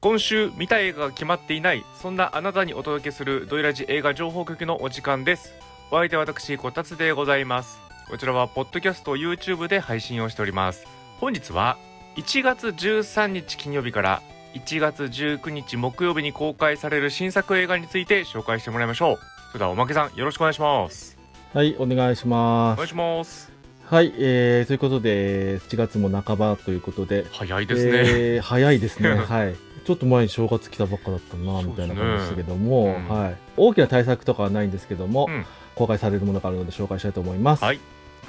今週見たい映画が決まっていないそんなあなたにお届けするドイラジ映画情報局のお時間ですお相手は私こたつでございますこちらはポッドキャスト YouTube で配信をしております本日は1月13日金曜日から1月19日木曜日に公開される新作映画について紹介してもらいましょうそれではおまけさんよろしくお願いしますはい、お願いしおま願いす。しますはい、えー、ということで、7月も半ばということで、早いですね、えー早 いですね。はい。ちょっと前に正月来たばっかだったな、みたいな感じでしたけども、そうですねうんはい。大きな対策とかはないんですけども、うん公開されるものがあるので紹介したいと思います。はい。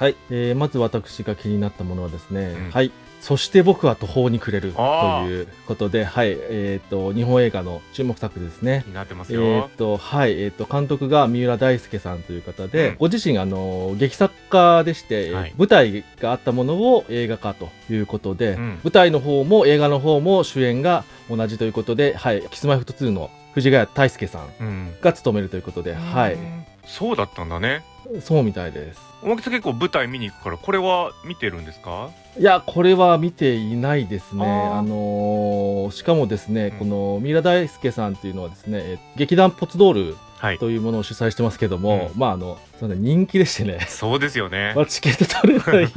はい、えーまず私が気になったものはですね、うんはい。そして僕は途方に暮れるあーということで、はい、えっ、と、日本映画の注目作ですね気。になってますえよ、ーっとはいえーっと監督が三浦大輔さんという方で、うんご自身あの劇作家でして、えーはい舞台があったものを映画化ということで、うん舞台の方も映画の方も主演が同じということで、はい、キスマイフット2の藤ヶ谷太輔さんうんが務めるということで、はいそうだったんだねそうみたいですおまけさん結構舞台見に行くからこれは見てるんですかいやこれは見ていないですねあーあのーしかもですね、うんこの三浦大輔さんっていうのはですねえー劇団ポツドールはいというものを主催してますけども、まああのそうね人気でしてねそうですよねまあ、チケット取れない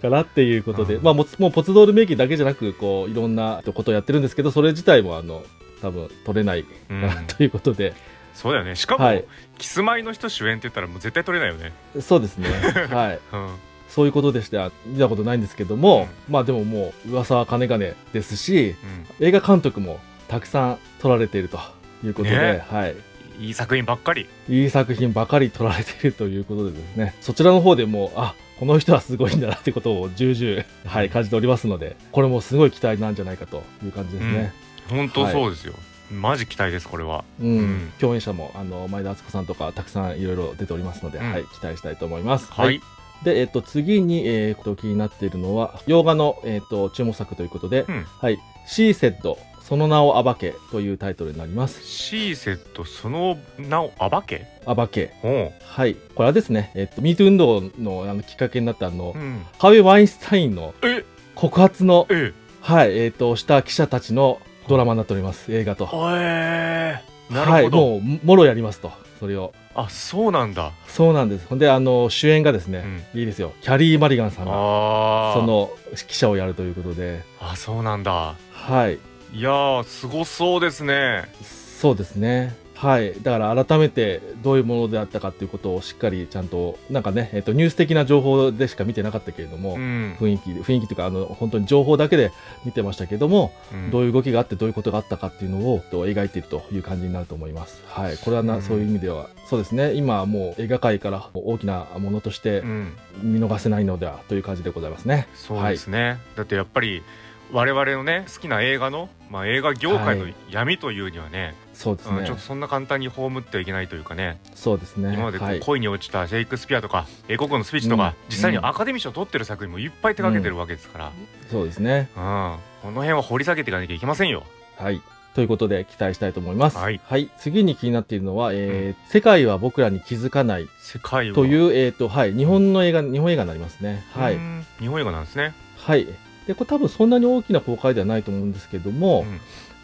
からっていうことで、うんまあ、もつもうポツドール名義だけじゃなくこういろんなことをやってるんですけどそれ自体もあの多分取れないかうんらということで、そうだよねしかも、はいキスマイの人主演って言ったらもう絶対取れないよねそうで すねはいうんそういうことでしてあ見たことないんですけども、まあでももう噂はかねがねですし映画監督もたくさん撮られているということで、ねはい、うんいい作品ばっかりいい作品ばかり撮られているということでですね、そちらの方でもう、あ、この人はすごいんだなってことを重々、はい、感じておりますので、これもすごい期待なんじゃないかという感じですね。本当そうですよ、マジ期待ですこれはうん、うん共演者も、あの、前田敦子さんとか、たくさんいろいろ出ておりますので、うんはい、期待したいと思います。はい、で、えっと、次に、えー、こと気になっているのは、洋画の、えっと、注目作ということで、うんはい、シーセット、その名を暴けというタイトルになります。シーセットその名を暴け暴け。おうはい、これはですね、えっと、ミート運動のあのきっかけになったあの、うんハーヴェイ・ワインスタインのえ告発の、えはい、えっ、と、した記者たちのドラマになっております、映画と。えー、なるほど、はい、もう、もろやりますと、それを。あそうなんだそうなんです。ほんで、あの、主演がですね、いいですよ、キャリー・マリガンさんが、ああその記者をやるということで、あそうなんだはい、いやーすごそうですねそうですね。はい、だから改めてどういうものであったかということをしっかりちゃんとなんかね、えっとニュース的な情報でしか見てなかったけれども、うん、雰囲気雰囲気というかあの本当に情報だけで見てましたけども、うんどういう動きがあってどういうことがあったかっていうのをと描いているという感じになると思います。はい、これはな、うんそういう意味ではそうですね今はもう映画界から大きなものとしてうん見逃せないのではという感じでございますね。そうですね、だってやっぱり我々のね好きな映画の、まあ、映画業界のはい闇というにはね,そうでうすん、ね。ちょっとそんな簡単に葬ってはいけないというかねそうですね。今までこはうい、恋に落ちたシェイクスピアとか英国語のスピーチとか、うん実際にうんアカデミー賞を取ってる作品もいっぱい手掛けてるわけですから、そうですね。うんこの辺は掘り下げていかなきゃいけませんよ。はい。ということで期待したいと思います。はい次に気になっているのは、えー世界は僕らに気づかない世界はという、えっ、と、はい、日本の映画、日本映画になりますね。はい。うん日本映画なんですね。はい。で、これ多分そんなに大きな公開ではないと思うんですけども、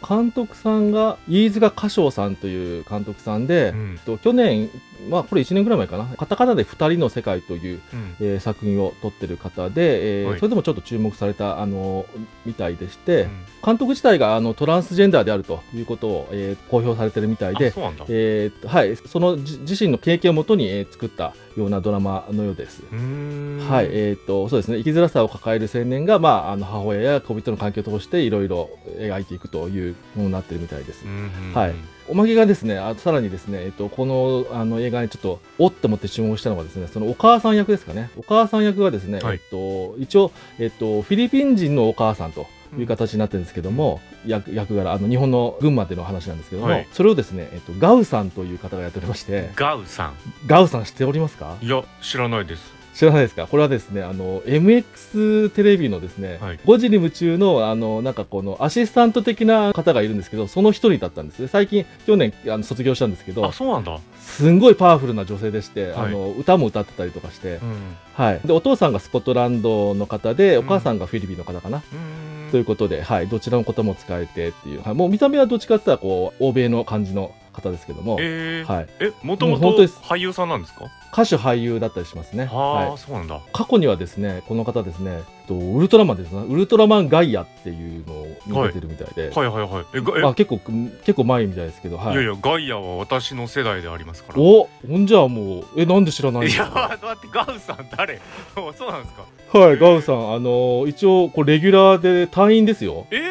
監督さんが飯塚歌唱さんという監督さんで、うんうんと去年、まあ、これ1年ぐらい前かな「カタカナで二人の世界」という、うんえー作品を撮ってる方で、えーはいそれでもちょっと注目されたあのみたいでして、うん監督自体があのトランスジェンダーであるということを、えー公表されてるみたいあで。そうなんだ、えーはい、そのじ自身の経験をもとに、えー作ったようなドラマのようです。うーんはい、えー、とそうですね生きづらさを抱える青年が、まあ、あの母親や恋人の関係を通していろいろ描いていくというものになってるみたいですうん。うんうんはいおまけがですねあさらにですね、えっとこのあの映画にちょっとおって思って注目したのがですねそのお母さん役ですかねお母さん役がですね、はいえっと一応、えっとフィリピン人のお母さんと。いう形になってるんですけども、役役柄あの日本の群馬での話なんですけども、はいそれをですね、えっと、ガウさんという方がやっておりましてガウさんガウさん知っておりますかいや知らないです。知らないですかこれはですね、あの、MX テレビのですね、はい5時に夢中の、あの、なんかこの、アシスタント的な方がいるんですけど、その一人だったんですね。最近、去年、あの、卒業したんですけどあ、そうなんだ。すんごいパワフルな女性でして、はいあの、歌も歌ってたりとかしてう、んはい。で、お父さんがスコットランドの方で、うおん母さんがフィリピンの方かな。うーんということで、はい、どちらの方も使えてっていう、はい、もう見た目はどっちかって言ったらこう欧米の感じの方ですけども、えーはい、えもとももうと本当です俳優さんなんですか歌手俳優だったりしますね。ああ、はい、そうなんだ過去にはですねこの方ですねえっとウルトラマンですねウルトラマンガイアっていうのを出てるみたいで、はいはいはいえがえ、まあ、結構結構前みたいですけど、はいい、やいやガイアは私の世代でありますからおほんじゃあもうえなんで知らないんでいすやか待ってガウさん誰 そうなんですかはいガウさんあの一応こうレギュラーで隊員ですよえー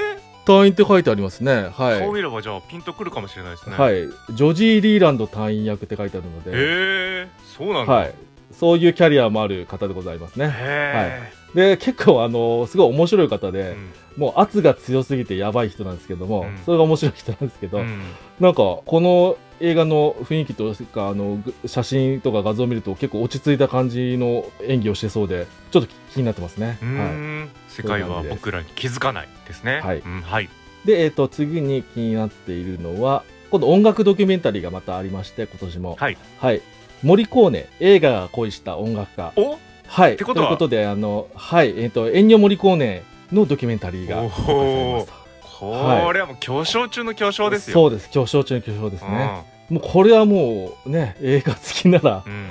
隊員って書いてありますねはい顔見ればじゃあピンとくるかもしれないですねはいいジョジー・リーランド隊員役って書いてあるので、えー、そうなんだ、はいそういうキャリアもある方でございますねへで結構あのすごい面白い方え、でう、んもう圧が強すぎてやばい人なんですけども、うんそれが面白い人なんですけど、うんなんかこの映画の雰囲気というかあのぐ写真とか画像を見ると結構落ち着いた感じの演技をしてそうでちょっと気になってますねう。はーん世界は僕らに気づかないですねはいうんはいい、で、えー、と次に気になっているのは今度音楽ドキュメンタリーがまたありまして今年も。はいはいモリコーネ映画が恋した音楽家。おはい、てことはいうことであの、はいえー、とエンニョ・モリコーネのドキュメンタリーが公開されました。これはもう巨匠中の巨匠ですよそうです巨匠中の巨匠ですね。もうこれはもうね映画好きならうん、うん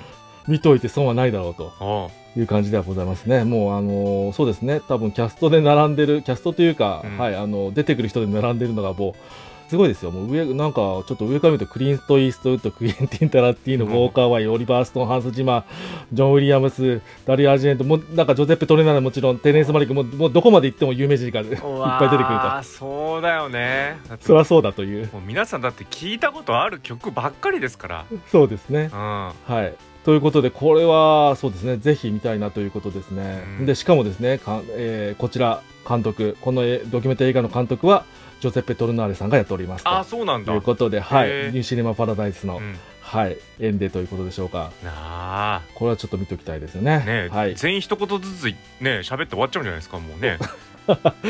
見といて損はないだろうとおういう感じではございますね。もう、あのーそうですね、多分キャストで並んでる、キャストというか、うんはい、あの出てくる人で並んでるのが、もう、すごいですよ。もう上、なんか、ちょっと上から見ると、クリンスト・イーストウッド、クエンティン・タラッティーノ、うウんォーカー・ワイ、オリバー・ストーン、ハンス・ジマー、ジョン・ウィリアムス、ダリア・アージェント、もうなんか、ジョゼッペ・トレナーももちろん、テネンス・マリック、もうもうどこまで行っても有名人がいっぱい出てくるあと。あそうだよねだってそりゃそうだという。もう皆さんだって聞いたことある曲ばっかりですからそうですね。うんはい。ということで、これはそうですね、ぜひ見たいなということですね。うんで、しかもですね、かえーこちら、監督、このえードキュメンタリー映画の監督は、ジョセッペ・トルナーレさんがやっておりますああと。そうなんだいうことで、はい、ニへーューシネマ・パラダイスの、うん、はい、エンデということでしょうか。なあこれはちょっと見ておきたいですよね。ね、はい。全員一言ずつね喋って終わっちゃうんじゃないですかもう ね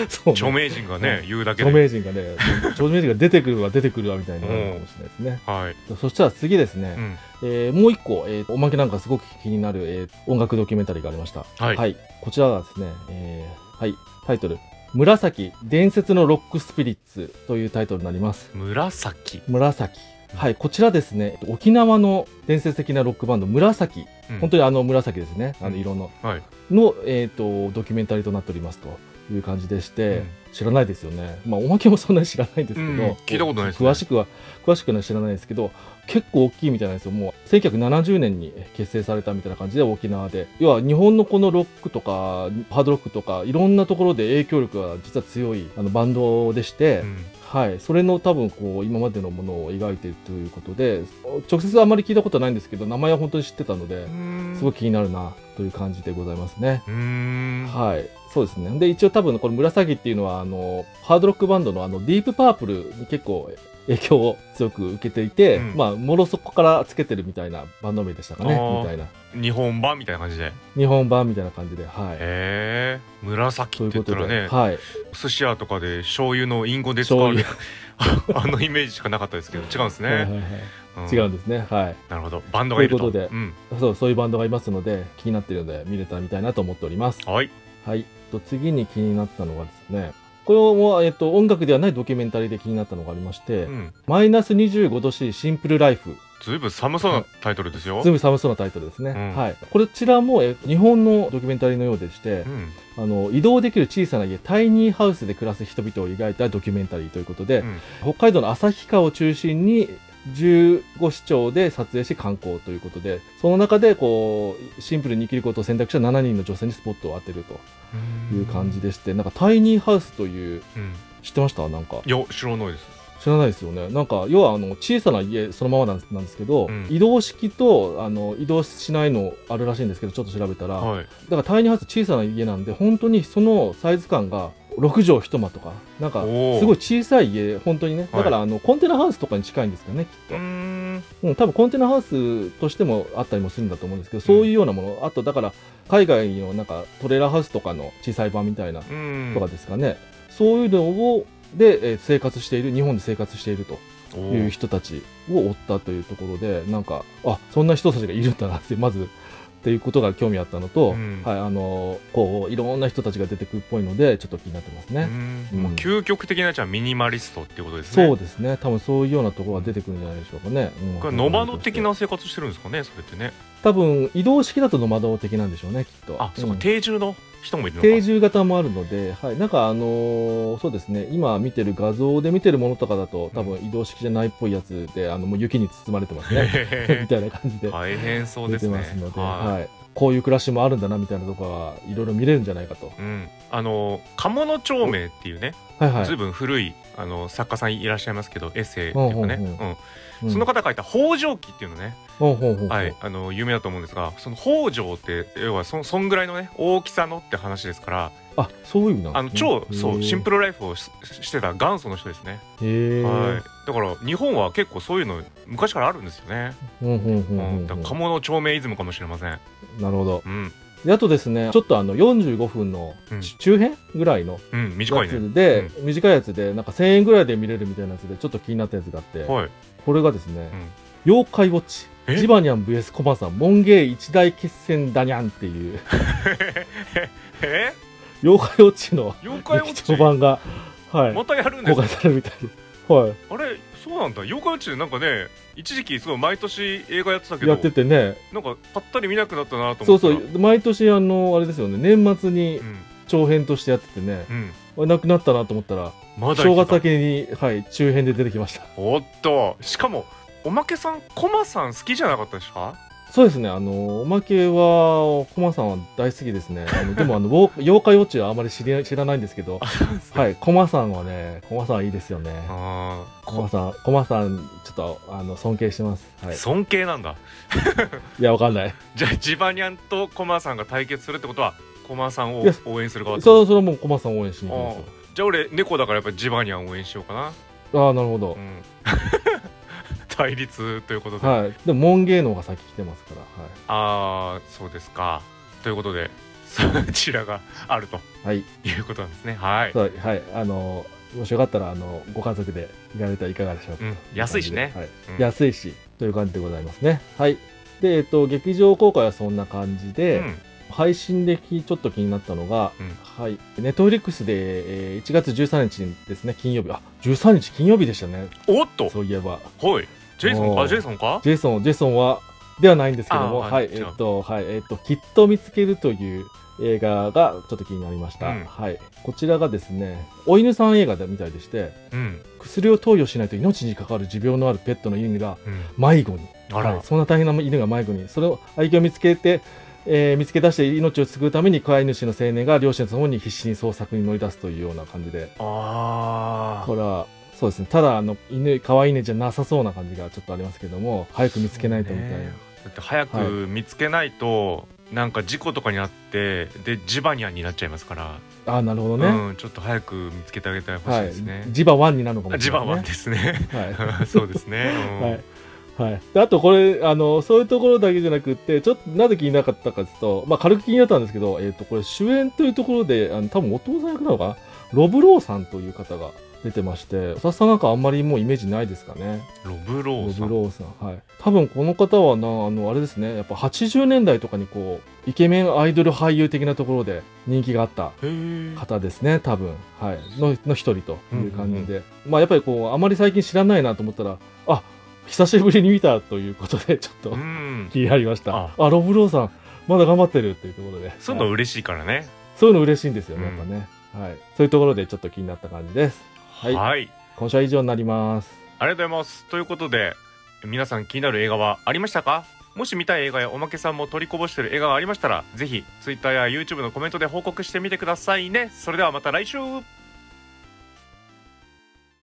そう著ね、名人がね言うだけ著で名人がね、著名人が出てくるわ、出てくるわみたいになるかもしれないですね。はい、そしたら次ですね、うん、えーもう一個、えーおまけなんかすごく気になる、えー音楽ドキュメンタリーがありました。はいはい、こちらはですね、えーはい、タイトル、紫、伝説のロックスピリッツというタイトルになります。紫紫。はい、こちらですね、沖縄の伝説的なロックバンド、紫、本当ににあの紫ですね、あうのん色の、はいの、えー、とドキュメンタリーとなっておりますという感じでして、うん知らないですよね、まあ、おまけもそんなに知らないんですけど、うん聞いたことないですね詳しくは詳しくは知らないですけど結構大きいみたいなんですよもう1970年に結成されたみたいな感じで沖縄で要は日本のこのロックとかハードロックとかいろんなところで影響力が実は強いあのバンドでして、うんはい、それの多分こう今までのものを描いているということで直接あまり聞いたことはないんですけど名前は本当に知ってたので、すごくく気になるなという感じでございますね。うーんはい、そうですね。で、一応多分この紫っていうのはあのハードロックバンドのあのディープパープルに結構影響を強く受けていて、うんまあもろそこからつけてるみたいなバンド名でしたかねあーみたいな日本版みたいな感じでへ日本版みたいな感じで、はい。えと紫いっうて言こったとらで、ねはい、寿司屋とかで醤油の隠語で使われる あのイメージしかなかったですけど違うんですはいはいね、はいうん違うんですね、はい。なるほどバンドがいるとということでん、そうそういうバンドがいますので気になっているので見れたら見たいなと思っております。はいはい。と次に気になったのがですね、これもえっと音楽ではないドキュメンタリーで気になったのがありまして、うんマイナス25度 C シンプルライフ。ずいぶん寒そうなタイトルですよずいぶん寒そうなタイトルですね。うんはい。こちらもえ日本のドキュメンタリーのようでしてう、んあの移動できる小さな家、タイニーハウスで暮らす人々を描いたドキュメンタリーということで、うん北海道の旭川を中心に15市町で撮影し観光ということで、その中でこうシンプルに生きることを選択した7人の女性にスポットを当てるという感じでして、なんかタイニーハウスという、うん知ってましたなんかいや知らないです知らないですよねなんか要はあの小さな家そのままなんなんですけど、うん移動式とあの移動しないのあるらしいんですけどちょっと調べたら、はいだからタイニーハウス小さな家なんで本当にそのサイズ感が6畳一間とかなんかおーすごい小さい家本当にねはいだからあの、コンテナハウスとかに近いんですかねきっうとー、んうん、多分コンテナハウスとしてもあったりもするんだと思うんですけどそういうようなもの、あとだから海外のなんかトレーラーハウスとかの小さい版みたいなうんとかですかね、そういうのをで、えー生活している日本で生活しているとおいうー人たちを追ったというところでなんかあそんな人たちがいるんだなってまずっていうことが興味あったのと、うんはい、あのこういろんな人たちが出てくるっぽいのでちょっと気になってますね。うんもううん究極的なじゃあミニマリストっていうことですねそうですね多分そういうようなところが出てくるんじゃないでしょうかね。うんこれノマド的な生活してるんですかねそれってね多分移動式だとノマド的なんでしょうねきっと。あそうか、ん定住の人もいるのか定住型もあるので、はい、なんかあのーそうですね今見てる画像で見てるものとかだと多分移動式じゃないっぽいやつであのもう雪に包まれてます ねみ へたいな感じえで大変そう出ですてねますので、はいはい、こういう暮らしもあるんだなみたいなところがいろいろ見れるんじゃないかと。うん、あの鴨の町名っていうね、はいはいずいぶん古いあの作家さんいらっしゃいますけどエッセイっていうかね、うんうんううんんその方が書いた「北条記」っていうのね、ほうほうほうほうはい、あの有名だと思うんですがその北条って要はそそんぐらいのね大きさのって話ですからあそういう意味なんあの超そうシンプルルライフをししてた元祖の人ですね、へえ、はい、だから日本は結構そういうの昔からあるんですよね、うんうんううんんうんうんだから鴨の町名イズムかもしれません、なるほどうんであとですねちょっとあの45分のうん中編ぐらいのうん、短やいねつで、短いやつでなんか1000円ぐらいで見れるみたいなやつでちょっと気になったやつがあって、はい、これがですね、うん妖怪ウォッチえジバニャン VS コマさん門芸一大決戦だにゃんっていうえ妖怪ウォッチの妖怪ウォ劇場ッチ版が、はい、またやるんで公すか開されるみたいで、はあれそうなんだ妖怪ウォッチなんかね一時期すごい毎年映画やってたけい、どやっててねなんかぱったり見なくなったなとそ思っうてそう毎年あのあれですよね年末にん長編としてやっててね、うんなくなったなと思ったらまだ正生きて月た明けに、はい、中編で出てきましたおっとしかもおまけさんコマさん好きじゃなかったですかそうですねあのおまけはコマさんは大好きですね あのでもあのウォー妖怪ウォッチはあまり知り知らないんですけどはいいコマさんはねコマさんはいいですよねあコマさんコマさんちょっとあの尊敬してます、はーい、尊敬なんだいやわかんないじゃあジバニャンとコマさんが対決するってことはコマさんをいや応援する側ってそこれそれはもうコマさん応援しに行きますよとじゃあ俺猫だからやっぱジバニャンを応援しようかなああなるほどう、ん 対立ということで、はいでも門芸の方が先来てますからはいああそうですかということで そちらがあるとはい、いうことなんですねはい、そうはい、あのもしよかったらあのご家族で行かれたらいかがでしょうか、うん、安いしね、はいうん安いしという感じでございますねはいでえっと劇場公開はそんな感じで、うん配信できちょっと気になったのが、うんはいネットフリックスで、えー1月13日にですね金曜日あ13日金曜日でしたねおっとそういえばはいジェイソンおかージェイソンかジェイソンジェイソンはではないんですけどもあーはい違えうっとはいえっときっと見つけるという映画がちょっと気になりました、うんはいこちらがですねお犬さん映画みたいでしてうん、薬を投与しないと命に関わる持病のあるペットの犬がうん、迷子にあら、はいそんな大変な犬が迷子にそれを愛犬を見つけて、えー見つけ出して命を救うために飼い主の青年が両親ともに必死に捜索に乗り出すというような感じであこれはそうですねただあの犬可愛い犬じゃなさそうな感じがちょっとありますけども早く見つけないとみたいな、ねだって早く見つけないと、なんか事故とかになってでジバニャンになっちゃいますから、ああなるほどね、うん、ちょっと早く見つけてあげてほしいはですね、い、ジバワンになるのかもあしジれなバい、ワンねで、すねはいそうですね、うんはいはい、であとこれあのそういうところだけじゃなくってちょっとなぜ気になかったかというと、まあ、軽く気になったんですけど、えー、とこれ主演というところであの多分お父さん役なのかなロブローさんという方が出てましておささんなんかあんまりもうイメージないですかねロブロローブさんローさんはい多分この方はなあのあれですねやっぱ80年代とかにこうイケメンアイドル俳優的なところで人気があったへー方ですね多分、はい、のの一人という感じで、まあやっぱりこうあまり最近知らないなと思ったらあ久しぶりに見たということでちょっとうん気になりましたああロブローさんまだ頑張ってるっていうところでそういうのはい嬉しいからねそういうの嬉しいんですようね、んやっぱね、はい、そういうところでちょっと気になった感じですはい、はい今週は以上になりますありがとうございます。ということで、皆さん気になる映画はありましたかもし見たい映画やおまけさんも取りこぼしてる映画がありましたら、ぜひ Twitter や YouTube のコメントで報告してみてくださいね。それではまた来週